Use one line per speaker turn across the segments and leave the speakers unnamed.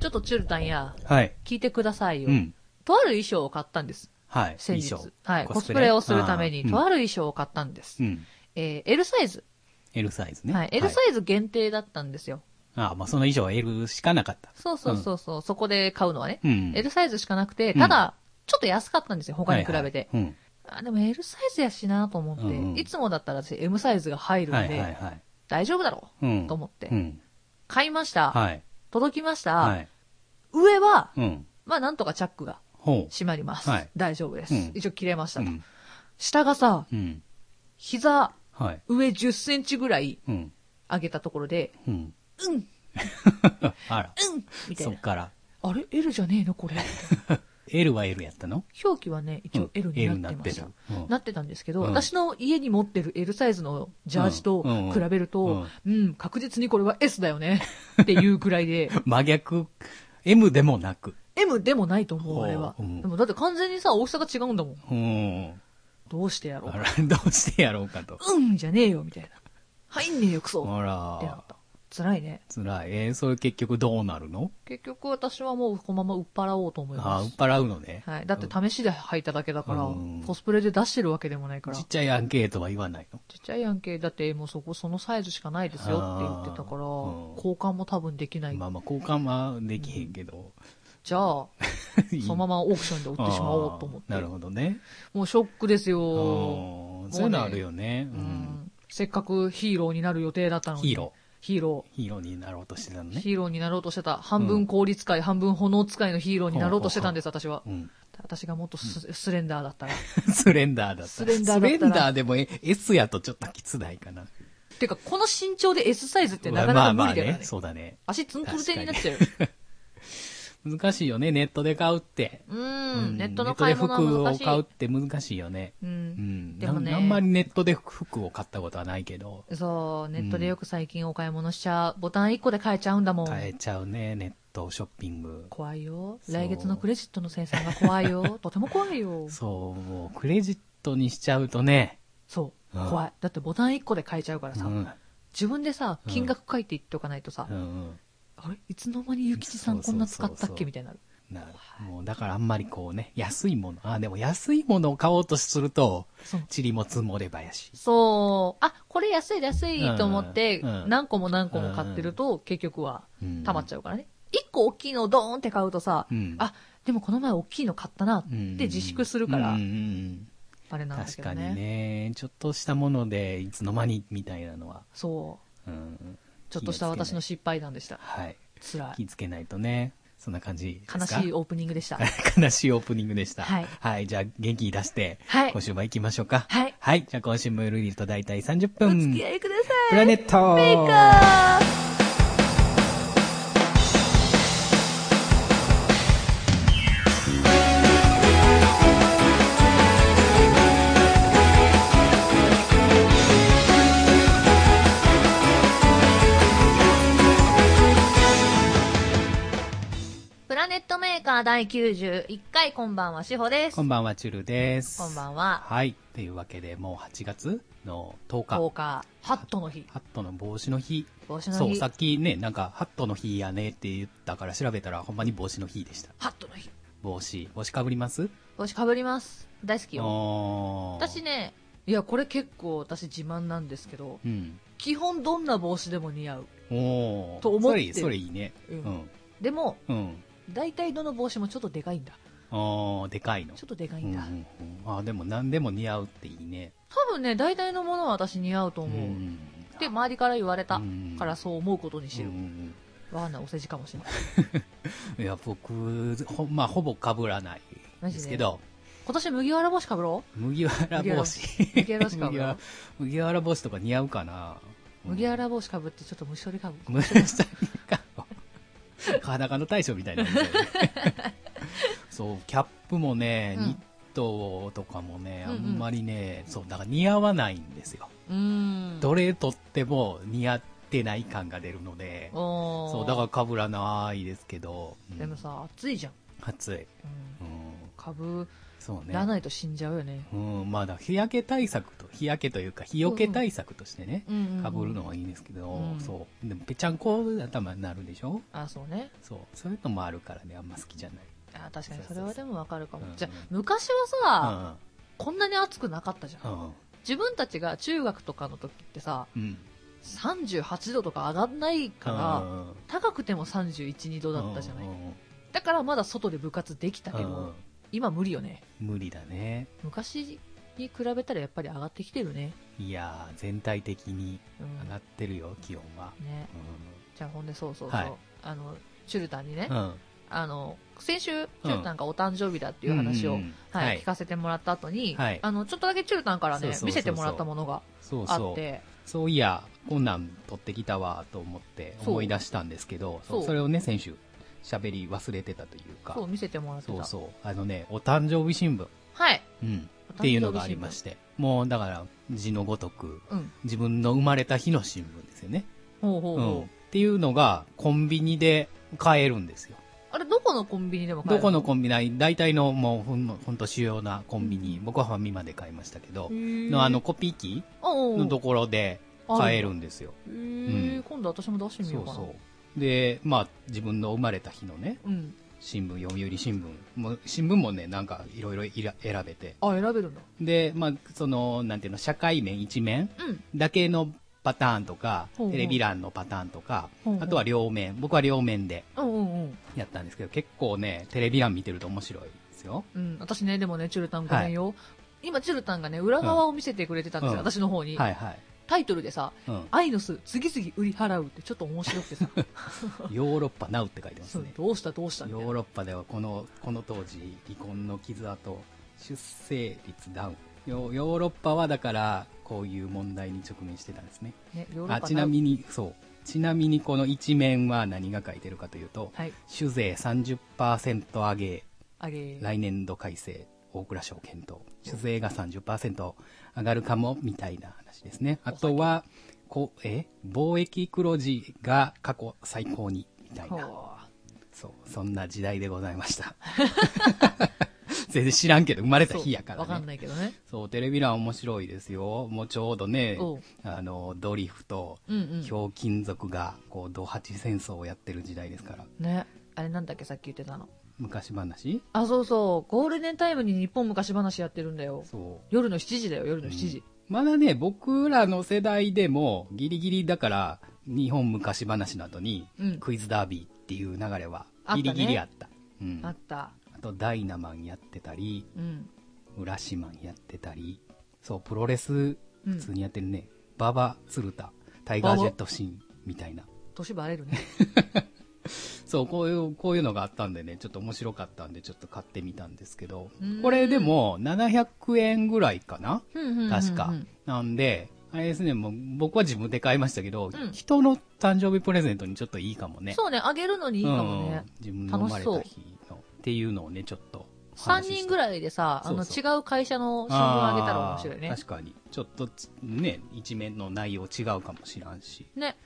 ちょっとチュルタンや、
はい。
聞いてくださいよ。
うん。
とある衣装を買ったんです。
はい。
先日
衣装。
はい。コスプレをするために、とあ
る。
る衣装を買ったんです。
うんうん。
えー L サイズ。
L サイズね。
はい。L サイズ限定だったんですよ。
ああ、まあその衣装は L しかなかった。
そうそうそうそう、そこで買うのはね。
うん
L サイズしかなくて、
うん
ただ、ちょっと安かったんですよ、他に比べて。
はいはい
あでも L サイズやしなと思って、
うんうん
いつもだったら私 M サイズが入
うん。
る
は
ん
い
で、
はいはい。
大丈夫だろう、
うん。
と思って、
うん。
買いました、
はい。
届きました、
はい。
上は、
うん。
まあなんとかチャックが
ほう。
閉まります。
はい
大丈夫です、
うん
一応切れました
う
と、
ん。
下がさ、
うん。
膝
はい。
上10センチぐらい
うん。
上げたところで、
うん。
うん、
あら。
うんみたい
そ
な
っ。から。
あれ ?L じゃねえのこれ。
L は L やったの
表記はね、一
う
応
ん
L になってました。
L になってるうん
なってたんですけど、
うん
私の家に持ってる L サイズのジャージと
うんうん
比べると、うん、確実にこれは S だよ ねっていうぐらいで、
真逆、M でもなく。
M でもないと思う、あれは。
おううん
でもだって完全にさ、大きさが違うんだもん。
うん。
どうしてやろう。
あら、どうしてやろうかと。
うんじゃねえよ、みたいな。入んねえよ、クソ
あ
ってなっ
ら、
た。辛いね。
辛い。えー、それ結局どうなるの
結局私はもうこのまま売っ払おうと思い
あ
ま
ー、売っ
す。
払うのね。
はい。だって試しで履いただけだから
うん、
コスプレで出してるわけでもないから
ちっ。ちゃいアンケートは言わないの。
ちっちゃいやんけ、だってもうそこそのサイズしかないですよって言ってたから、
あーうん
交換も多分できない。
まあまあ、交換はできへんけど。
じゃ あ、 そのままオークションで売ってしまおうと思っ
あーな
て
る。ほどね。
もうショックです
あ
よ。
ーそういうのあるよね。
う
うん
んせっかくヒーローになる予定だったのに。
ヒーロ
ー。ヒーロ
ー。ヒーローになろうとしてたの
ー。
ね。
ヒーローになろうとしてた。半分氷使い、半分炎使いのヒーローになろうとしてたんです、私は。
うん。
私がもっとス,、スレンダーだったら。
スレンダーだった。
スレンダーだったら
スレンダーでもえ S やとちょっときつないかな。
てか、この身長で S サイズってなかなか無理だよね。
まあまあね、そうだね。
足ツンツルテンになっちゃうよ。
難しいよね、ネットで買うって。
う
うん
ん、ネット
ネ
の
ット
買
で
い物
服
は難
を
しい。
買うって難しいよね。
う。
うんん。
でもね
なあんまりネットで服を買ったことはないけど、
そう、ネットでよく最近お買い物しちゃう。ボタン1個で買えちゃうんだもん。
買えちゃうね、ネットショッピング。
怖いよ。
そう
来月のクレジットの生産が怖い よ。とても怖いよ。
そう、もうクレジットにしちゃうとね、
そう、
うん
怖い。だってボタン1個で買えちゃうから
う
さ、
ん。
自分でさ、
うん
金額書いていっておかないとさ、
うん
あれいつの間にゆきちさんこんな使ったっけみたいになる。
なもうだからあんまりこうね、安いもの、あ、でも安いものを買おうとすると、
そう。
チリも積もればやし。
そう、あ、これ安い安いと思って、
うんうん
何個も何個も買ってると、結局は
うん
溜まっちゃうからね。1個大きいのをドーンって買うとさ、
うん
あ、でもこの前大きいの買ったなっ
うん
て自粛するから、
うんうんうん
あれなんだ
確
けど
か
ね。
にね、ちょっとしたもので、いつの間にみたいなのは。
そう。
うん
ちょっとした私の
気をつ
失敗談でした
け。ないはい。
辛
気
い。
ぃつけないとね。そんな感じです
悲
か
しいオープニングでした。
悲しいオープニングでした。
はい
じゃあ、元気出して、
はい
今週も行きましょうか。
はい
じゃあ、今週もゆるりと大体30
お
分。
付き合いください。
プラネット
メイカープラネットメーカー第91回こんばんはしほです。
こんばんは、チュルです。
こんば
は。
んは。
はい。というわけで、もう8月の10日。
10日、ハットの日。
ハットの帽子の日。
帽子の日。
そう、さっきね、なんか、ハットの日やねって言ったから調べたら、ほんまに帽子の日でした。
ハットの日。
帽子。帽子かぶります
帽子かぶります。大好きよ。
おー
私。ね、いや、これ結構私自慢なんですけど、
うん。
基本どんな帽子でも似合う。
おー
と思って
それ、それいいね。
う
うんん。
でも、
うん。
大体どの帽子もちょっとでかいんだ。
ああ、でかいの
ちょ。っとでかい
うん
ん
う
だ。
んうん、あでも何でも似合うっていいね。
多分ね、大体のものは私似合うと思う。
ん
で、周りから言われた
うん
からそう思うことにしてる
う。ん
わかんない、お世辞かもしれない。
うんいや、僕、ほ,、まあ、ほぼ被らない
マジで
ですけど、
今年麦わら帽子かぶろ
麦わら帽子。
う麦わら帽子かぶ
麦
ろ
わ
う
ら麦わら帽子とか似合うかな。
麦わら帽子かぶってちょっと虫取りかぶ。
紫か。裸の大将みたいなもんだよね。 そう、キャップもね、
うん
ニットとかもね、あ
うんうん
んまりね、そう、だから似合わないんですよ。
うーん。
どれとっても似合ってない感が出るので、
おー
そう、だから被らないですけど。うん
でもさ、暑いじゃん。
暑い。
うん
うん。
株
そうね。
らないと死んじゃうよね。
うん、まあだ日焼け対策と、日焼けというか、日よけ対策としてね、
うんうんうん
かぶるのはいいんですけど、
うん
そう。でも、ぺちゃんこ頭になるでしょ
あ、そうね。
そう。そういうのもあるからね、あんま好きじゃない。
あ、確かにそれはでもわかるかも
そうそう。
じゃあ
うん、
昔はさ、こんなに暑くなかったじゃ。
うんん。うん。
自分たちが中学とかの時ってさ、
うん。
38度とか上がんないから、
ら、
高くても31、2度だったじゃない
うん。うん
だからまだ外で部活できたけ
うん
ど、今無理よね。
無理だね。
昔に比べたらやっぱり上がってきてるね。
いやー、全体的に
うん
上がってるよ、気温は。
ね。じゃあほんでそうそうそう。
はい
あの、チュルタンにね、
うん。うん。
あの、先週、チュルタンがお誕生日だっていう話を、
うんうんうん
はい
はい
聞かせてもらった後に、
はい
あの、ちょっとだけチュルタンからね、
そうそうそうそう
見せてもらったものが
そう
あ
そ
っ
う。
て、
そういや、こんなん撮ってきたわと思って
そう
思い出したんですけど、そう
そう
それをね、先週、喋り忘れてたというか、
そう、見せてもらってた。
そうそうあのね、お誕生日新聞、
はい。
うん、
お誕生日新聞
っていうのがありまして、もうだから、字のごとく、
うん。
自分の生まれた日の新聞ですよね。
ほうほう
う
ほう。
ん、っていうのが、コンビニで買えるんですよ。
あれ、どこのコンビニでも買え
ど
る
このコンビニ、大体のもうほんのほんと主要なコンビニ、僕はファミマで買いましたけど、の
の
あの、コピー機
おうおう
のところで買えるんですよ。
へー
うん
今度私も出してみ
そ
よう
う
かな。
そう。で、まあ、自分の生まれた日のね、
うん。
新聞、読売新聞、もう新聞もね、なんかいろいろいら選べて。
あ、選べるんだ。
で、まあ、その、なんていうの、社会面一面
うん。
だけのパターンとか、
ほうほう
テレビ欄のパターンとか
ほう、ほう
あとは両面、僕は両面で
うんうんうん。
やったんですけど、結構ね、テレビ欄見てると面白いですよ。
うん。私ね、でもね、チュルタンごめんよ。今、チュルタンがね、裏側を見せてくれてたんですよ、
うん
私の方に。
はいはい。
タイトルでさ、
うん。
アイノス、次々売り払うってちょっと面白 くてさ、
ヨーロッパナウって書いてます
そう
ね。
どうしたどうしたみたい
ヨ
な
ーロッパではこの、この当時、離婚の傷跡、出生率ダウン。ヨヨーロッパはだから、こういう問題に直面してたんですね。
ね、ヨーロッ
あ
パ
ちなみに、そう。ちなみにこの一面は何が書いてるかというと、
はい、
酒税30%上げ、
あれ、
来年度改正、大蔵省検討。酒税が30%上がるかも、みたいな話ですね。あとは、こう、え貿易黒字が過去最高に、みたい
ほう
な。そう、そんな時代でございました。 全然知らんけど、生まれた日やから
そうわかん
ね。
ないけどね。
そう、テレビ欄面白いですよ。もうちょうどね
おう、
あの、ドリフと、
うんうん。
ひょうきん族が、こう、ド八戦争をやってる時代ですから。
ね、あれなんだっけ、さっき言ってたの。
昔話
あ、そうそう、ゴールデンタイムに日本昔話やってるんだよ。
そ
夜の7時だよ、夜
う。
の7時。
まだね、僕らの世代でも、ギリギリだから、日本昔話の後に
うん、
クイズダービーっていう流れは
あ、った
ギ
ね
リギリあった。うん。
あ
あ
った。
と、ダイナマンやってたり、
うん。
浦島やってたり、そう、プロレス、
う
普通
ん。
にやってるね。ババ、鶴田、タイガージェットシーン、みたいな。
年バレるね。
そう、こういう、こういうのがあったんでね、ちょっと面白かったんで、ちょっと買ってみたんですけど
うー、ん
これでも、700円ぐらいかな
うんうんうんうん
確か。なんで、あれですね、もう、僕は自分で買いましたけど、
うん
人の誕生日プレゼントにちょっといいかもね。
そうね、あげるのにいいかもね
うん。自分の生まれた日の、っていうのをね、ちょっとお
3
話しした。
人ぐらいでさ、あの、
そう
違う会社の新聞あげたら面白い
あ
ね
ー。確かに。ちょっとつ、ね、一面の内容違うかもしらんし。
ね。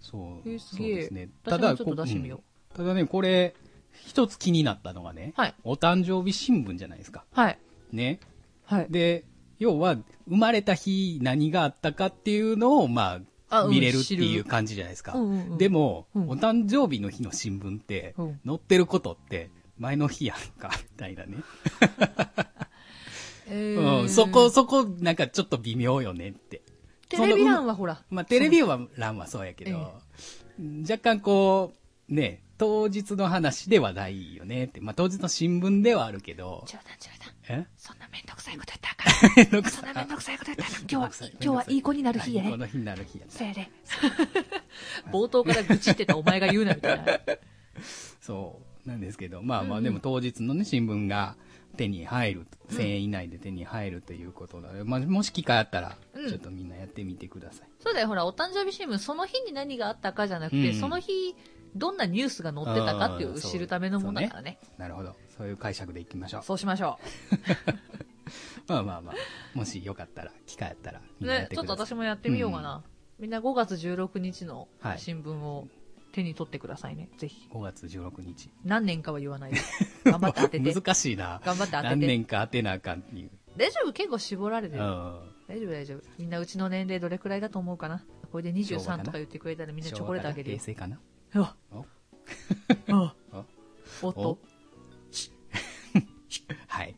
そう。
えーす
そう
げえ
ですね。
私もちょっと出してみよう
こうんただね、これ、一つ気になったのがね、
はい
お誕生日新聞じゃないですか。
はい。
ね。
はい。
で、要は、生まれた日何があったかっていうのを、まあ、
あうん
見れるって
知
い
る
う感じじゃないですか。
うんうんうん
でも、
うん
お誕生日の日の新聞って、
うん
載ってることって、前の日やんか、みたいなね。
え
うん、
ー
そこ、、そこ、なんかちょっと微妙よねって。
テレビ欄
は
はほら。
まあ、テレビは欄はそうやけど、若干こう、ね、当日の話ではないよねって。まあ、当日の新聞ではあるけど、
ちゅうたんちゅうたん。
え
そんなめんどくさいことやったらあかん。
めんどく
そん
さい
なめんどくさいことやったらあかん。今
めんどく
日
さ、
はい今日はいい子になる日や
はいいい子
ね。
の日になる日や
そやで。 冒頭から愚痴ってたお前が言うなみたいな。
そうなんですけど、まあま
うんう
あ
ん
でも当日のね、新聞が手に入る、1000円以内で手に入るということなので、まあもし機会あったら、
うん
ちょっとみんなやってみてください。
そうだよ、ほら、お誕生日新聞、その日に何があったかじゃなく
うん
て、
うん
その日、どんなニュースが載ってたかっていう
あーそう
知るためのものだからね。
なるほど。そういう解釈でいきましょう。
そうしましょ
まあまあまあ、もしよかったら、機会あったら、
う。
みんなやっ
ね、
て
ちょっ
く
と
ださ
私
い。
もやってみようかな。みんな5月16日の
はい
新聞を手に取ってくださいね。ぜひ。
5月16日。
何年かは言わ ないで。頑張って当てて。
難しいな。
頑張って当て
何
て。
年か当てなあかんっていう。
大丈夫結構絞られて
う
る。
ん。
大丈夫大丈夫。みんなうちの年齢どれくらいだと思うかな。これで
昭和か
23
な
とか言ってくれたらみんなチョコレートあげるよ
平。成かな
うわ
お
あ
お
おっと。
はい。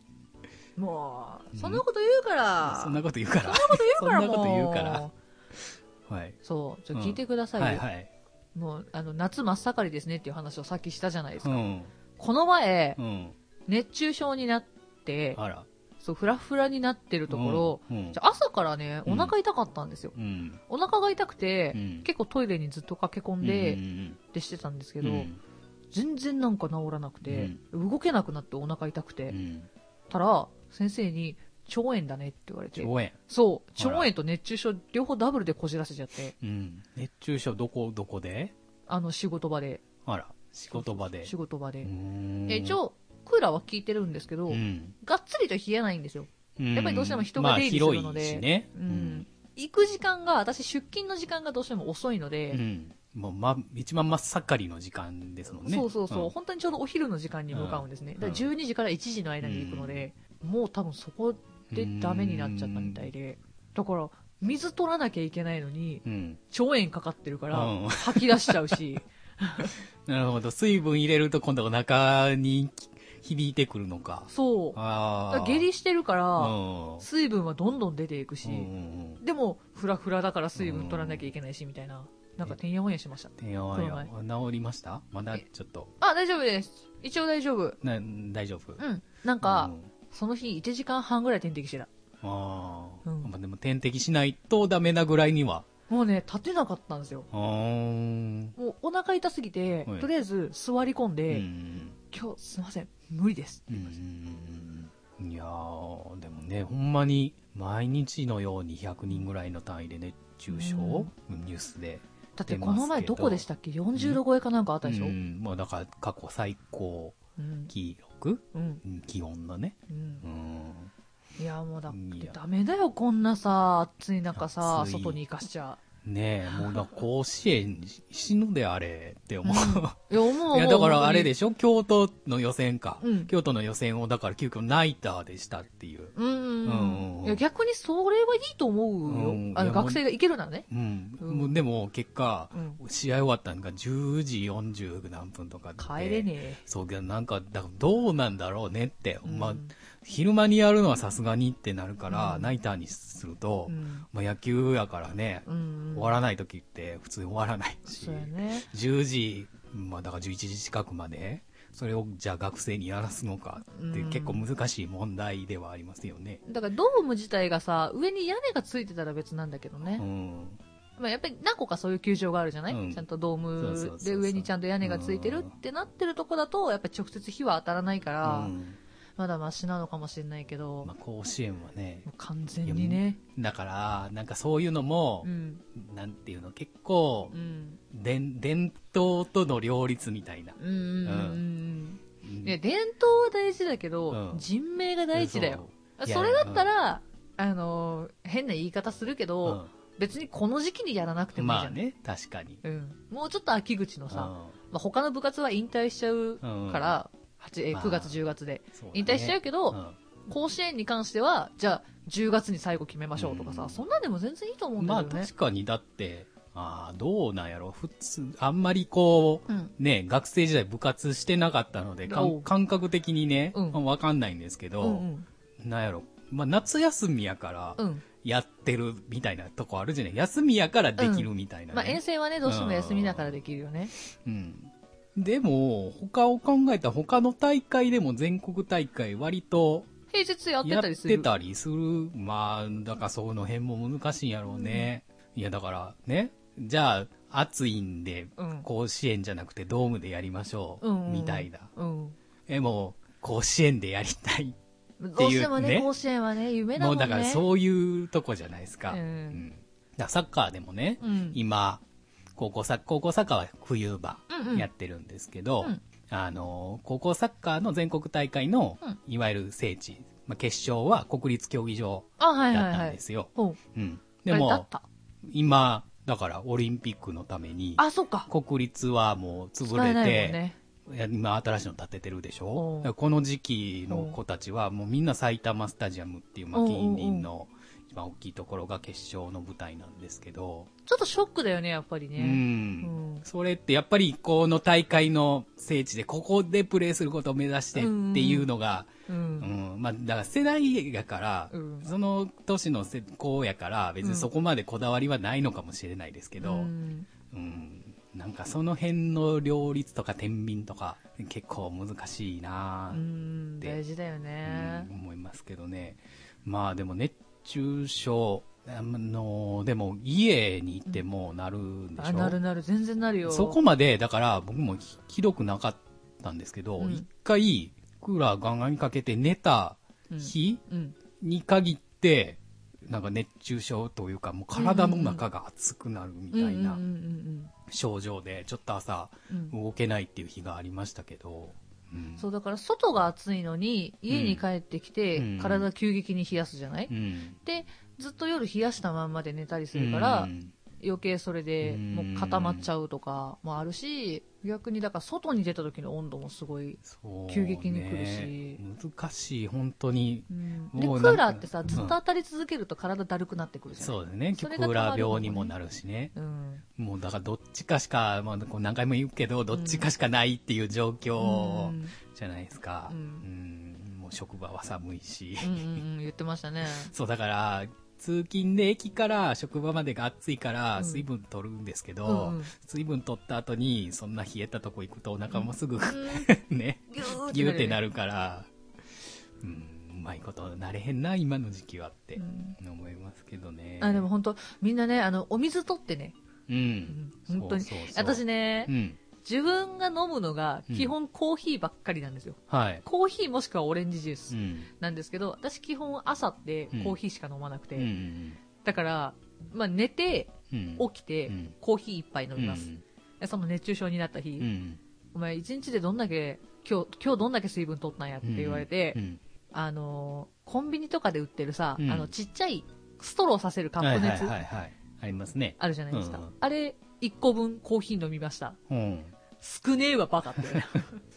もう、
ん
そんなこと言うから。
そんなこと言 うから。
そんな
そんな
こと
こと
言
言
うか
うから
も
ら
う。
はい。
そう、ちょ
うん
聞いてくださいよ。
はいはい。
もう、あの、夏真っ盛りですねっていう話をさっきしたじゃないです
う
か。
ん。
この前
う、ん。
熱中症になって、
あら。
そう、フラフラになってるところ、
うんうん
じゃ朝からね、お腹痛かったんですよ。
うん。
お腹が痛くて、
うん
結構トイレにずっと駆け込んで、ってしてたんですけど、
うん
全然なんか治らなくて、動けなくなってお腹痛くて、
うん。
たら、先生に、腸炎だねって言われて。
応援。
そう、
あら
腸炎と熱中症両方ダブルでこじらせちゃって、
うん。熱中症どこ、どこで
あの、仕事場で、
あら。仕事場で
仕。事場で。え
え
一応クーラーは効いてるんですけど、
うん。
がっつりと冷えないんですよ、
や
やっぱりどうしても人が出入りするので
広いしね。
うん行く時間が私出勤の時間がどうしても遅いの
う
で、
ん。もう、ま、一番真っ盛りの時間ですもんね。
そうそうそう、
ん
本当にちょうどお昼の時間に向かうんですね、
うん
だから12時から1時の間に行くので、もう多分そこでダメになっちゃったみたいで、だから水取らなきゃいけないのに
うん。
腸炎かかってるから、
うん
吐き出しちゃう し
なるほど。水分入れると今度お腹に響いてくるのか。
そうだか
あ
ら
あ。
下痢してるか
う
ら、
ん。
水分はどんどん出ていくし、
うん。
でもフラフラだから水分取らなきゃいけないしみたいな、なんかてんやほんやしました
いや
こ
い
の
や、治りましたまだちょっと。
あ、大丈夫です。一応大丈夫。
な、大丈夫。
うん。なん
う
か、
ん
その日1時間半ぐらい点滴してた。
ああ、
うん
まあでも点滴しないとダメなぐらいには。
もうね、立てなかったんですよ。
あー
もうお腹痛すぎて
はい、
とりあえず座り込ん
う
で、
ん。
今日すいません、無理です。
うん。いやー、でもね、ほんまに毎日のように100人ぐらいの単位で熱中症、ニュースで。
だって
出ま
こ
すけど
の前どこでしたっけ ?40 度超えかなんかあったでしょ
う
うん。
ん、まあだから過去最高
うん。
記録
うん。
うん気温のね。
うん
うん。
いや、もうだって
いや
ダメだよ、こんなさ、暑い中さ、
暑い
外に行かしちゃ。
ねえ、もうだから甲子園死ぬであれって思う。
いや、思う。
いや、だからあれ
で。
でしょ京都の予選か、
うん
京都の予選を、だから急遽ナイターでしたっていう。
うんうん
うんうん
う。
うんん
いや、逆にそれはいいと思うよ。
うん
あの、
いや
学生が行けるならね。
うん。
うん
もうでも、結果、
う
試合終わったのが10時40何分とかで。
帰れねえ。
そうけど、なんか、だどうなんだろうねって。ま
う
あ
ん、
昼間にやるのはさすがにってなるから、
うん
ナイターにすると、
うん
まあ野球やからね、
うん
終わらない時って普通終わらないし。
そうやね。
10時、まあだから11時近くまで、それをじゃあ学生にやらすのかって
うん
結構難しい問題ではありますよね。
だからドーム自体がさ、上に屋根がついてたら別なんだけどね
う。ん。
まあやっぱり何個かそういう球場があるじゃない、
うん
ちゃんとドー
そうそうそ
ム
うそ
で
う
上にちゃんと屋根がついてるってなってるとこだと、やっぱり直接火は当たらないから、
うん
まだマシなのかもしれないけど、
まあ甲子園はね
も、う完全にね。
だから、なんかそういうのも
う、ん。
なんていうの、結構
う、ん。
でん伝統との両立みたいな。
うんうんうん
う
うん。
ん
いや、伝統は大事だけど、
うん
人命が大事だよ。
そういや
それだったら、あのー変な言い方するけ
う
ど、
ん
別にこの時期にやらなくてもいい
ま
じゃ
あ
ん。
ね、確かに。
うん、もうちょっと秋口のさ、まあ、他の部活は引退しちゃう
うん
から、八え
まあ
9月、10月で
そうだね
引退しちゃうけど、
うん
甲子園に関してはじゃあ10月に最後決めましょうとかさ、
うん
そんなんでも全然いいと思うんだ
ま
け
あ
どね
確、かに、だって、ああ、どうなんやろ、普通、あんまりこう、
うん
ね、学生時代部活してなかったので、か
おうん
感覚的にね、
うん
わかんないんですけど、
うん
なんやろ、まあ夏休みやから
うんうん
やってるみたいなとこあるじゃない休みやからできるみたいな、ね
まあ、遠征はねどうしても休みだからできるよね、
うん。でも、他を考えたら他の大会でも全国大会割と
平日やって
やった
りする
てたりする。まあ、だからその辺も難しいんやろうね。いや、だからね、じゃあ暑いんで
うん、
甲子園じゃなくてドームでやりましょう、
うんうん
みたいな。
うん
え、もう、甲子園でやりたい。
どうしてもね
ね
甲子園はね夢だも
もうん
ね
だからそういうとこじゃないですか。
うん
んだからサッカーでもね、
うん
今、高校サッ、高校サッカーは冬場
うんうん
やってるんですけど、
うん
あの、高校サッカーの全国大会の
うん、
いわゆる聖地、まあ、決勝は国立競技場
あはいはい
だっ
は
たん
い
ですよ。
ほう
うん。
あ
で
れだっ
も、
た
今、だからオリンピックのために、
あ、そっか。
国立はもう潰
使えないもん
れ
ね。
て、いや今新しいの建ててるでし
う
ょ
ん
だからこの時期の子たちはもうみんな埼玉スタジアムっていう、まあ、
うんうんうん
近隣の一番大きいところが決勝の舞台なんですけど、
ちょっとショックだよね、やっぱり
う
ね。
ん。
うん
それってやっぱりこの大会の聖地でここでプレーすることを目指してっていうのが、
う。
うんんまあ、だから世代やから、
うん
その年のせ子やから別にそこまでこだわりはないのかもしれないですけ
け
ど、うんなんかその辺の両立とか天秤とか結構難しいな
う
ぁ、
ん、
で
大事だよね
うん。思いますけどねまあでも熱中症あのでも家に行ってもうなるんでしょ、
あ、なるなる、全然なるよ。
そこまでだから僕もひひどくなかったんですけど
うん
一、回クーラーガンガンかけて寝た
うん
日、
うん。
に限って、なんか熱中症というか、もう体の中が熱くなるみたい
うん
な
うんうん
症状で、ちょっと朝
うんうん。
動けないっていう日がありましたけど、うん
そうだから外が暑いのに家に帰ってきて、
うん
体急激に冷やすじゃない、
うん
でずっと夜冷やしたまんまで寝たりするから、
うん
余計それで
うん
もう固まっちゃうとかもあるし逆にだから外に出た時の温度もすごい、
そうね
急激に来るし
難しい、本当に。
うんでク
もうなんか
ーラーってさずっと
うん
当たり続けると体だるくなってくるじゃない
そうですね。
そ
ク
れが
ーラー病にもなるしね。
うん
もうだからどっちかしか、まあ、こう何回も言うけど、どっちかしかないっていう状
う
況
ん
じゃないですか。
うん
うんもう職場は寒いし。
うんうんうん言ってましたね
そうだから通勤で駅から職場までが暑いか
う
ら
ん
水分取るんですけど、
うんうん
水分取った後にそんな冷えたとこ行くとお腹もすぐ、 ね
ギュー
ギューってな
る
るから、うん、うまいことなれへんな今の時期はって
よね、うん
思いますけどね
あでも本当みんなねあのお水取ってね、
う
うんん、本当に
そうそうそう
私ね、
うん
自分が飲むのが
うん
基本コーヒーばっかりなんですよ、
はい、
コーヒーもしくはオレンジジュー
う
ス
ん
なんですけど、私基本朝って
うん
コーヒーしか飲まなくて、
うんうん
だから、まあ、寝て
うん、
起きて、
うん
コーヒー一杯飲
うん
みます、でその熱中症になった日、
うん
お前一日でどんだけ今日今日どんだけ水分取ったんやって言われて、
うん
あのーコンビニとかで売ってるさ、
うん
あのちっちゃいストローさせるカ
は
ッ
い
プ
は
の
い
やつ
はいはいありますね
あるじゃないですか、
うん
あれ1個分コーヒー飲みました
うん
少ねえわバ カって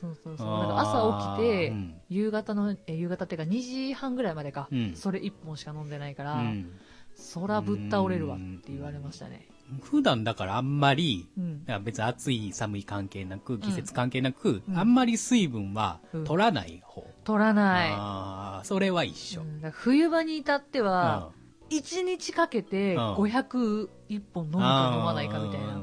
そうそうそうなんか朝起きて、
あーうん
夕方のえ夕方っていうか2時半ぐらいまでか、
うん
それ1本しか飲んでないから、
うん
そらぶっ倒れるわって言われましたね
普段だからあんまり、
うん
だから別に暑い寒い関係なく、季節関係なく、
うん
あんまり水分は
うん
取らない方。
取らな
ああ、それは一
い、う
緒。
ん、だから冬場に至っては、1日かけて
うん
501本飲むか飲まないかみたい
うん
な、
うん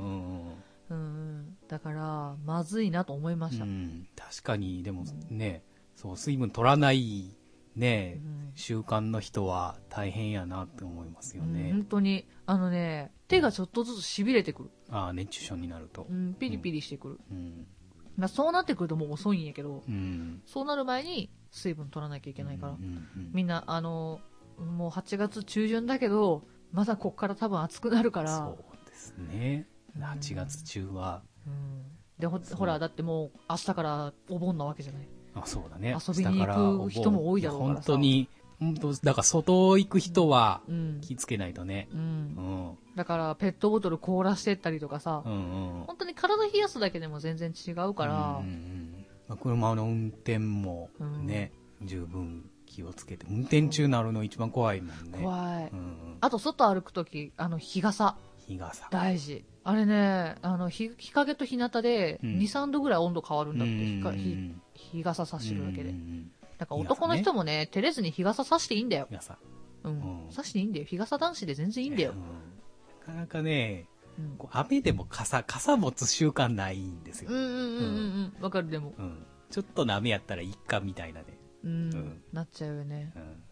う
うん
ん、だからまずいなと思いました、
うん確かに、でもね、そう、水分取らない、ね、
うん
習慣の人は大変やなって思いますよ
うん
ね
本。当にあのね手がちょっとずつしびれてくる、
ああ、熱中症になると
う。ん、ピリピリしてくる、
うん。
まあ、そうなってくるともう遅いんやけど
うん。
そうなる前に水分取らなきゃいけないから、
うんうん
みんなあのもう8月中旬だけどまだこっから多分暑くなるから
そうですね。8月中は、
うんでほ
そう
ほらだってもう明日からお盆なわけじゃない
あそうだね
遊びに行く人も多いだろうからさ
本当に本当だから外行く人は
うん、
気ぃつけないとね
う、
うんん
だからペットボトル凍らしてったりとかさ、
うんうん
本当に体冷やすだけでも全然違うから
うんうんうんまあ車の運転もね十分気をつけて運転中なるの一番怖いもんね
怖い、
うんうん
あと外歩く時あの日傘
日傘
大事あれねあの日日陰と日向で
うん
23度ぐらい温度変わるんだって、日か
うん
日日傘さしてるだけで、
うんうんうん
だから男の人もね照れずに日傘さしていいんだよ
日傘
うん
うん
さしていいんだよ日傘男子で全然いいんだよ
う、なかなかね
うん、
こう雨でも傘傘持つ習慣ないんですよ
うんうんうんうんうんわかるでも
うんちょっとの雨やったらいっかみたいなね
うん、
ん
なっちゃうよね
うん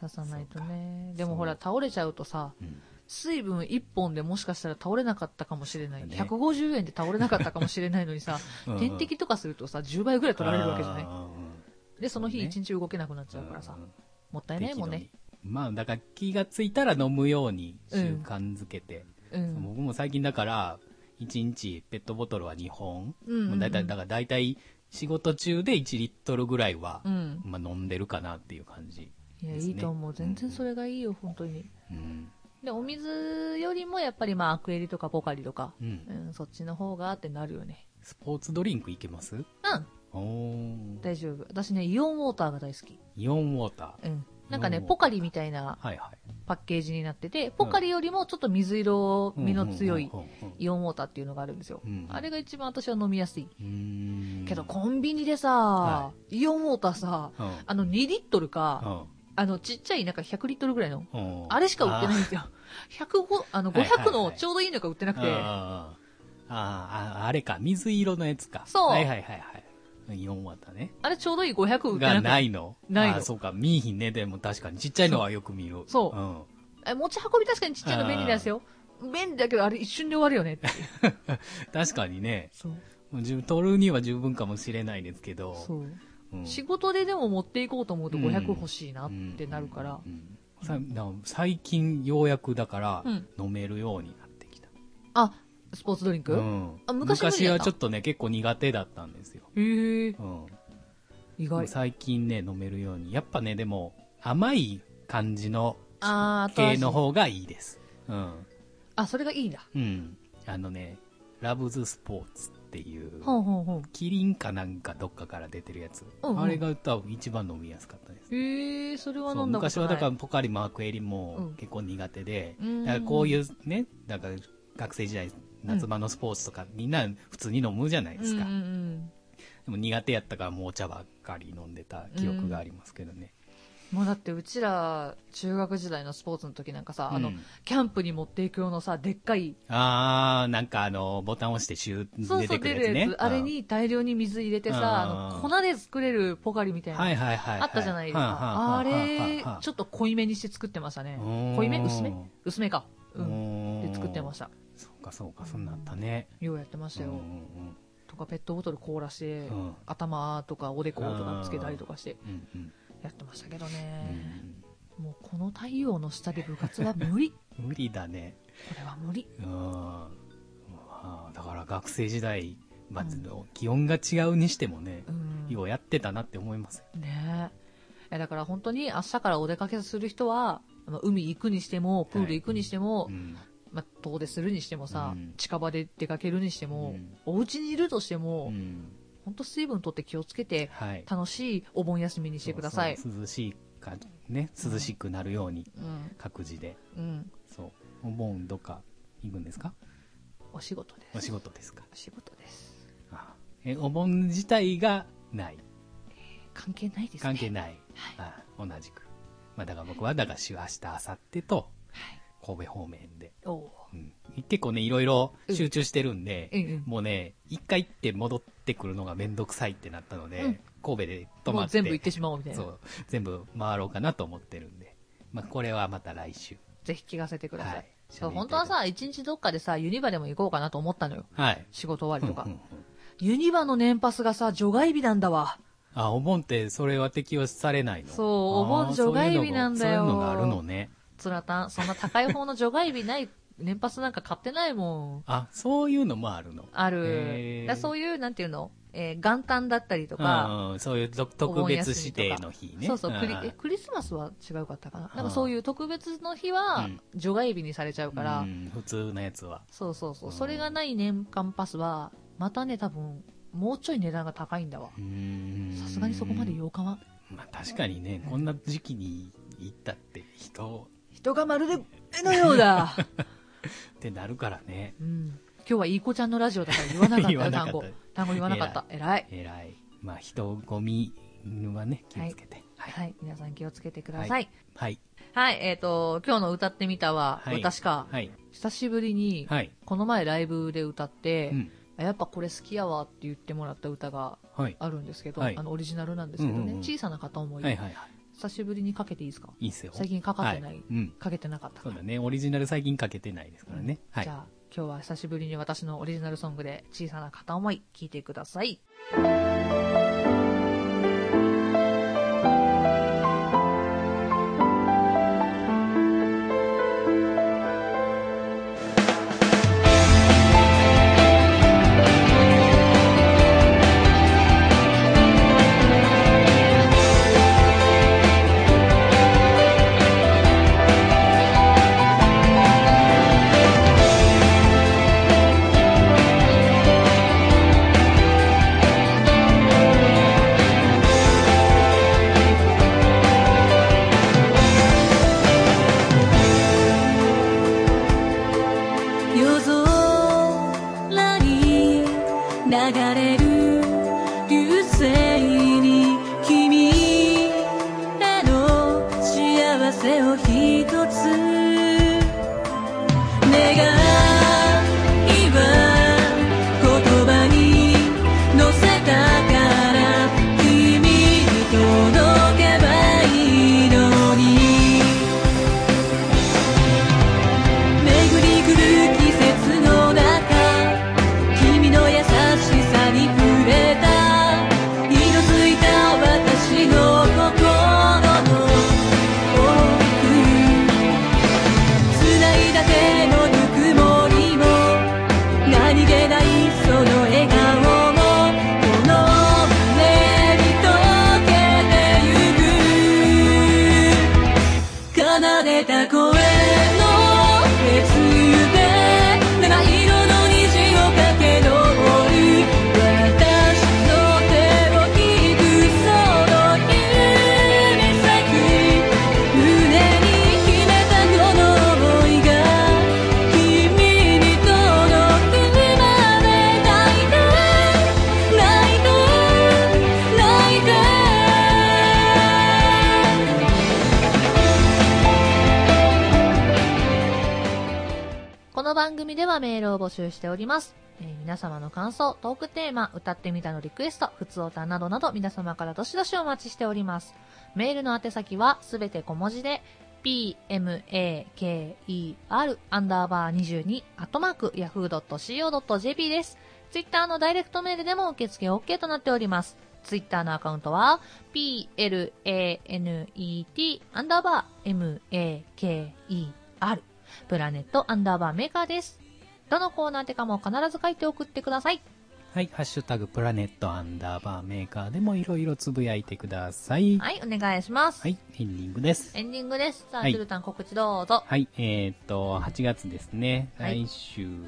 刺さないとね
か
でもほら倒れちゃうとさ
うん
水分1本でもしかしたら倒れなかったかもしれない、
そうだね
150円で倒れなかったかもしれないのにさ
うん
点滴とかするとさ10倍ぐらい取られるわけじゃない
あーうんうん
でその日
そうね
1日動けなくなっちゃうからさ
うん
もったいないもんね
適度にまあだから気がついたら飲むように習慣づけて、
うん
僕も最近だから1日ペットボトルは2本、
うんうんうん
もうだいたいだから大体仕事中で1リットルぐらいは
う、ん
まあ、飲んでるかなっていう感じ、
いや
です
い
ね
いと思う全然それがいいよ本当に
うん
で、お水よりもやっぱりまあアクエリとかポカリとか、
うん
う。ん、そっちの方がってなるよね。
スポーツドリンクいけます
うん、
おー。
大丈夫。私ね、イオンウォーターが大好き。
イオンウォータ
うん。なんか
イオ
ね、
ンウォーター
ポカリみたいな
ー。はいはい。
パッケージになってて、ポカリよりもちょっと水色味の強い
うんうんうんうん
イオンウォーターっていうのがあるんですよ。
うん
あれが一番私は飲みやすい。
うん
けどコンビニで
は
さ、イオンウォーターさ、
うん
あの2リットル
う
か、
ん
あのちっちゃいなんか100リットルぐらいの、
うん
あれしか売ってないんですよ。105、あの500
はいはい
の
はい
ちょうどいいのが売ってなくて、
あーあーあーあれか水色のやつか
そう
はいはいはいはいイオンワタね
あれちょうどいい500売って
が
なく
な
て、
いの
ないの
あーそうか見いひんねでも確かにちっちゃいのはよく見る、
そう
ん、
え持ち運び確かにちっちゃいの便利なんですよ。便利だけどあれ一瞬で終わるよねって。
確かにね
そう。
自分取るには十分かもしれないですけど
そう。
うん
仕事ででも持っていこうと思うと
うん
500欲しいなってなるから
う。んさな最近ようやくだから
うん
飲めるようになってきた、
あ、スポーツドリンク、
うん
あ昔無理やった
はちょっとね結構苦手だったんですよ、
へえ、
うん、
意
もう
外。
最近ね飲めるようにやっぱねでも甘い感じの
あー、後
系
味
の方がいいですうん
あ、それがいいんだ。
うんあのねラブズスポーツっていう
ほんほんほん。
キリンかなんかどっかから出てるやつ、
うんうん
あれが多分一番飲みやすかったです
へえ、それは
そ
飲
うん
だことない。
昔はだからポカリもアクエリ
う
も
ん
結構苦手で、
うん
だからこういうねだから学生時代夏場のスポーツとかみんな普通に飲むじゃないですか、
うんうんうん
でも苦手やったからもうお茶ばっかり飲んでた記憶がありますけどね、
もうだってうちら中学時代のスポーツの時なんかさ、あ
う
の
ん
キャンプに持っていく用のさでっかい
あー、なんかあの、ボタン押してシュー
そ
出
うそ
て
う
く
出
るやつ
る
ね。
やつあれ
うん、
に大量に水入れて
うん
さあの粉で作れるポカリみたいな、
はいはいはいはい。
あったじゃないですかあれちょ
ょっ
っと濃いめにして作ってましたね
うん
濃いめ薄め薄めかうんで作ってま
た。
した
そうかそうか、そんなんあったね。
ようやってましたよ
うんうん
とかペットボトル凍らして
うん
頭とかおでことかつけたりとかして
うんうん
やってましたけど
う
ね
ん
もうこの太陽の下で部活は無理こ
無理だね。
れは無理
うん。まあだから学生時代、まあ
うん
気温が違うにしてもね、
うん
ようやってたなって思いますよ。
ねえいやだから本当に明日からお出かけする人は、まあ、海行くにしてもプール行くにしても、
うん
まあ、遠出するにしてもさ、
うん
近場で出かけるにしても、
うん
お家にいるとしても、
うん
本当水分とって気をつけて
はい。
楽しいお盆休みにしてください
そうそう涼しいか、ね、涼しくなるように、
うん
各自で。
うん
そう。お盆どっか行くんですか
お仕事です
お仕事ですか
お仕事です
あえ、お盆自体がない。
関係ないですね
関係
い、
ない。
はい
あ同じく。まあだから僕は、だから週明日、明後日と、
はい、
神戸方面で。
おう
うん、結構ね、いろいろ集中してるんで、
うんうん
もうね、一回行って戻ってくるのがめんどくさいってなったので、
うん
神戸で泊
も
ま
う
って、
全部行ってしまおうみたい
そ
な
う、全部回ろうかなと思ってるんで。まあこれはまた来週。
ぜひ聞かせてください、
はい
そう本当はさ一日どっかでさユニバでも行こうかなと思ったのよ
はい。
仕事終わりとか
うんうんうん
ユニバの年パスがさ、除外日なんだわ。
あ、お盆ってそれは適用されないの
そう
あー
お盆除外日なんだよ
そういうのがそういうのがあるのね。
つらたん、そんな高い方の除外日ない、 年パスなんか買ってないもん。
あ、そういうのもあるの。
あ
へ
る
ー。
だそういう、なんていうの、えー元旦だったりとか、
うんうん、そういう特特別指定の日ね。
そうそう、クリ
ん
えクリスマスは違うかったかな。
あ
なんかそういう特別の日は
うん
除外日にされちゃうから、
うん普通のやつは。
そうそうそうう、
ん
それがない年間パスは、またね、多分、もうちょい値段が高いんだわ。さ
さ
すがにそこまで8日は。
まあ確かにね、こんな時期に行ったって人
人がまるで絵のようだ。
ってなるからね。
うん。今日はいい子ちゃんのラジオだ から言わなかった
言わ
よ、
な
単
かった
語。単語言わなかった。偉い。
えらい。まあ人混みはね、気をつけて。はい。
はい。皆さん気をつけてください。
はい。
はい。えっ、と、今日の歌ってみたは、
はい
私か、
はい。
久しぶりに、
はい。
この前ライブで歌って、
うん。
あやっぱこれ好きやわって言ってもらった歌が
はい。
あるんですけど、
はい
あの、オリジナルなんですけどね、
うんうんうん
小さな片思い,、
はいはいはい。
久しぶりにかけていいですか
いいっすよ。
最近かかってない
はうん。
かけてなかった
そ
か
う
ら
だね。オリジナル最近かけてないですからね。はい
じゃ。あ、今日は久しぶりに私のオリジナルソングで、小さな片思い、聴いてください。
「
組ではメールを募集しております。えー皆様の感想、トークテーマ、歌ってみたのリクエスト、普通歌などなど皆様からどしどしお待ちしております。メールの宛先はすべて小文字で、pmaker アンダーバー22アットマーク yahoo.co.jp です。ツイッターのダイレクトメールでも受付 OK となっております。ツイッターのアカウントは、planet アンダーバー maker プラネットアンダーバーメーカーです。どのコーナーてかも必ず書いて送ってください。
はい、ハッシュタグプラネットアンダーバーメーカーでもいろいろつぶやいてください。
はい、お願いします。
はい、エンディングです。
エンディングです。さあ、
はい
ジュルタン告知どうぞ。
はい、えーっと、8月ですね。
はい
来週、えー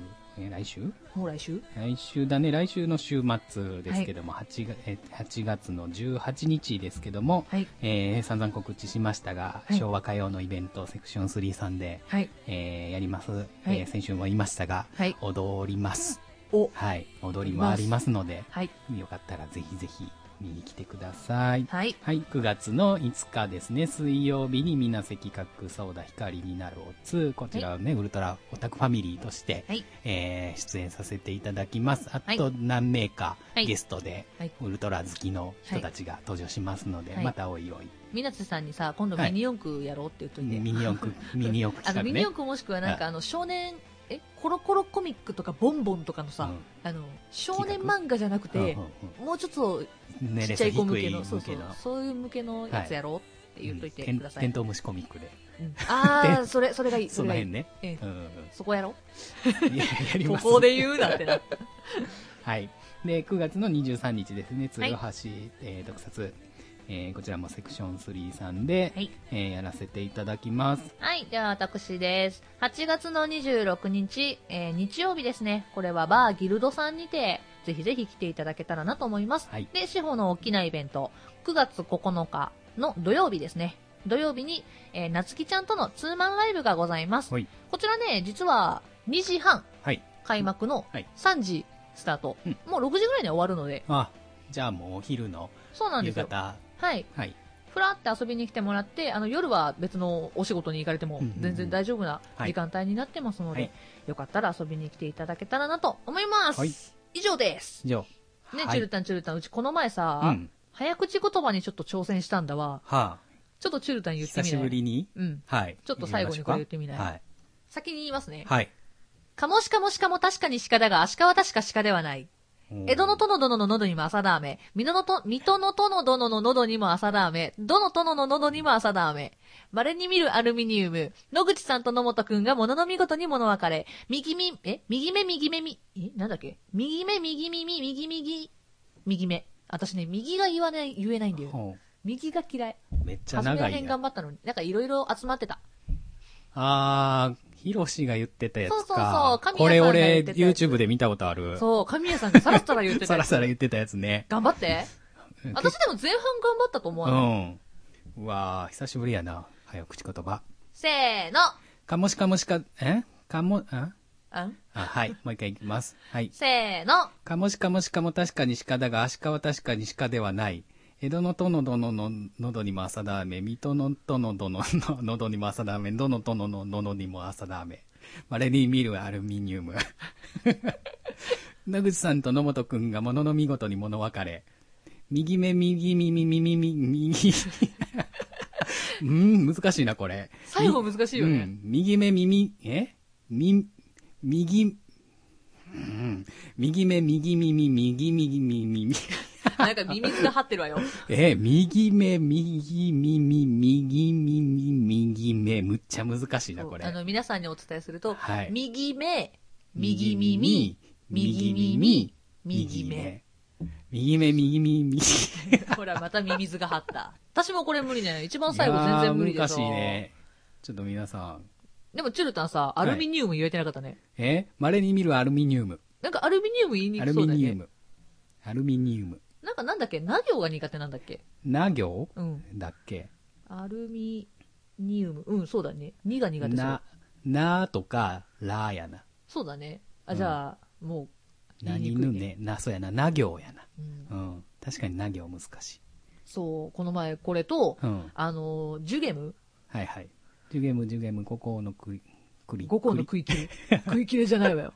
来週
もう来週
来週だね、来週の週末ですけども、8, がえー8月の18日ですけども、
はい。
えー散々告知しましたが、
はい
昭和歌謡のイベントセクション3さんで、
はい。
えーやります、
い
えー先週も言いましたが、
はい
踊ります。
お。
はい、踊りもありますので、
はい。
よかったらぜひぜひ見に来てください。
はい。
はい、9月の5日ですね、水曜日に水無瀬企画、ソーダ光になるおつ、こちらはね、ウルトラオタクファミリーとして、
はい。
えー出演させていただきます。あ
はい
と何名か、
はい
ゲストで、
はい
ウルトラ好きの人たちが登場しますので、
はい
またおいおい、
みなつさんにさ、今度ミニ四駆やろうって言っといて。
ミニ四 駆、ミニ四駆
あの、ミ
企
ニ四
画ね。
駆もしくはなんかあの、少年、え、コロコロコミックとかボンボンとかのさ、
うん
あの、少年漫画じゃなくて
うん、
もうちょっと
うんう
ち
ん
っ
年
ちゃ
齢
い子
層
向
低
け
い
の、そう
向
そ
け
う
の、。
そういう向けのやつやろうって言っといて
うん
ください。
テンテントウムシコミック で。
うんああ、それ、それがいい。
そ
それ
の
がいい。
辺ね。
ええ
うんうん
そこやろ
うん。やや り
こ
ます。
こで言うなって な。
はい。で、9月の23日ですね、鶴
はい
橋、えー特撮、えーこちらもセクション3さんで、
はい。
えーやらせていただきます。
はい、では私です。8月の26日、えー日曜日ですね。これはバーギルドさんにて、ぜひぜひ来ていただけたらなと思います。
はい
で、司法の大きなイベント、9月9日の土曜日ですね。土曜日に、えー、なつきちゃんとのツーマンライブがございます。
はい
こちらね、実は2時半
はい。
開幕の
はい
3時スタート。
うん
もう6時ぐらいには終わるので、
あ、じゃあもうお昼の
そうなんで
夕
すよ。
方、
はい。
はい。
ふらって遊びに来てもらって、あの夜は別のお仕事に行かれても
うんうんうん
全然大丈夫な時間帯になってますので、
はい
よかったら遊びに来ていただけたらなと思います。
はい
以上です。
以上。
ね、
はい
チュルタンチュルタン、うちこの前さ、
うん。
早口言葉にちょっと挑戦したんだわ。
はあ、
ちょっとチュルタン言ってみな
久
い
しぶりに、
うん。
はい。
ちょっと最後にこれ言ってみない
はい。
先に言いますね。
はい。
かもしかもしかも確かに鹿だが、アシカは確か鹿ではない。江戸の殿殿の喉にも朝だ飴。水戸のと、水戸の殿殿の喉にも朝だ飴。どの殿の喉にも朝だ飴。稀に見るアルミニウム。野口さんと野本くんが物の見事に物別れ。右み、え右目右目み、えなんだっけ右目右耳右右、右目。私ね、右が言わない、言えないんだよ。
ほ
右が嫌い。
うめっちゃ
初め
長
ら
い
辺
な。
頑張ったのに。なんかいろいろ集まってた。
あー、ヒロシが言ってたやつか。
そうそうそう神谷さんが
これ
言
俺、
ってたやつ
YouTube で見たことある。
そう、神谷さんがさらさら言ってた。
さらさら言ってたやつね。
頑張って。私でも前半頑張ったと思わ
う
ない。
ん。うわー、久しぶりやな。早口言葉。
せーの。
かもしかもしか、えかも、んあ、
うん
はい。もう一回いきます。はい。
せーの。
かもしかもしかも確かに鹿だが、アシカは確かに鹿ではない。江戸の殿殿の喉にも朝だめ、水戸の殿殿の喉にも朝だめ、どの殿の喉にも朝だめ。稀に見るアルミニウム。野口さんと野本くんが物の見事に物別れ。右目、右耳、右耳、右。うん、難しいな、これ。
最後難しいよ
う
ね。
ん、右目耳、えみ、右、うん、右目右耳、右右耳、右、
なんか耳水が張ってるわよ。
え、右目右耳、右耳、右目、むっちゃ難しいな、これ
あ。の、皆さんにお伝えすると、
はい
右目、右耳、右耳、右目。。
右目、右耳、右。
ほら、また耳水が張った。私もこれ無理だよ。一番最後全然無理
い
で
やー
し
難
ょ。
しいね。ちょっと皆さん。
でも、チュルタンさ、アルミニウム言えてなかったね。
え稀に見るアルミニウム。
なんかアルミニウム言いに
ア
く
ル
そ
ミ
うだ
ニウ
ね。
ム。アルミニウム。
なんかなんだっけな行が苦手なんだっけ
な行
うん。
だっけ
アルミニウム。うん、そうだね。2が苦手そう
な。、なとか、らやな。
そうだね。あ、じゃあ、もう、
な
言い
に
くい
ぬ。ね、な、そうやな、な行やな。
うん
うん。確かにな行難しい。
そう、この前これと
う、ん。
あの、ジュゲム
はいはい。ジュゲムジュゲム、ここのくい、栗。
5校の
栗
食い切れ。食い切れじゃないわ よ。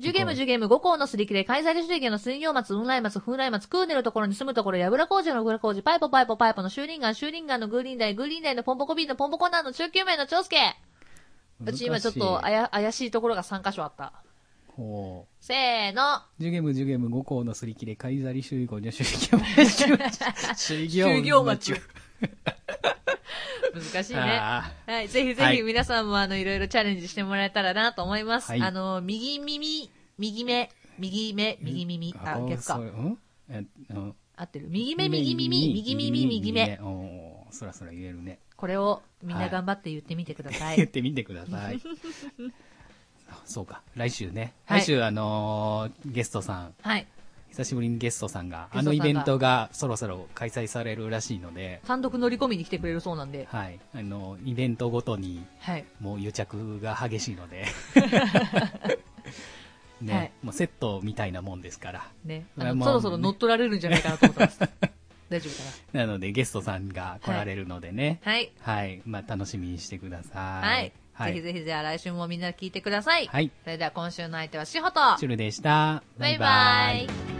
10ゲーム10ゲーム5校のすり切れ、開催で主義の水行松、雲来松、風来松、クーネルところに住むところ、やぶら工事のぐら工事、パイポパイポパイポの修輪岩、修輪岩のグーリンダイ、グーリンダイのポンポコビーのポンポコナーの中級名の長介。うち今ちょっとあ
難しい
や怪しいところが3箇所あった。
ほう
せー の。
10ゲーム10ゲーム5校のすり切れ、カイザリ修行の修行 町。修
修行町。難 しいね。
あ
はい。ぜひぜ
は
ひ
い
皆さんもあの、いろいろチャレンジしてもらえたらなと思います。
はい
あの、右耳、右目、右目、右耳。
ー
あ、逆
そ
か
う。うんえうん
合ってる。右目、右耳、右耳、右目。。
おーそらそら言えるね。
これをみんな頑張って言ってみてください。
言ってみてください。あ そうか、来週ね。
はい
来週、あのーゲストさん、
はい。
久しぶりにゲストさんが、
ゲストさんが
あのイベントがそろそろ開催されるらしいので、
単独乗り込みに来てくれるそうなんで。
はい、あの、イベントごとに、
はい。
もう癒着が激しい ので、ね、
はい
もうセットみたいなもんですから。
ね。
それは
あの
もう
そろそろ乗っ取られるんじゃないかなと思ってます。 大丈夫か
なので、ゲストさんが来られるのでね、
なはい。
はい、まあ楽しみにしてくださ
はいい。。ぜひぜひ、じゃあ来週もみんな聞いてください。
はい
それでは今週の相手はしほと。
チュルでした。
バイバイ。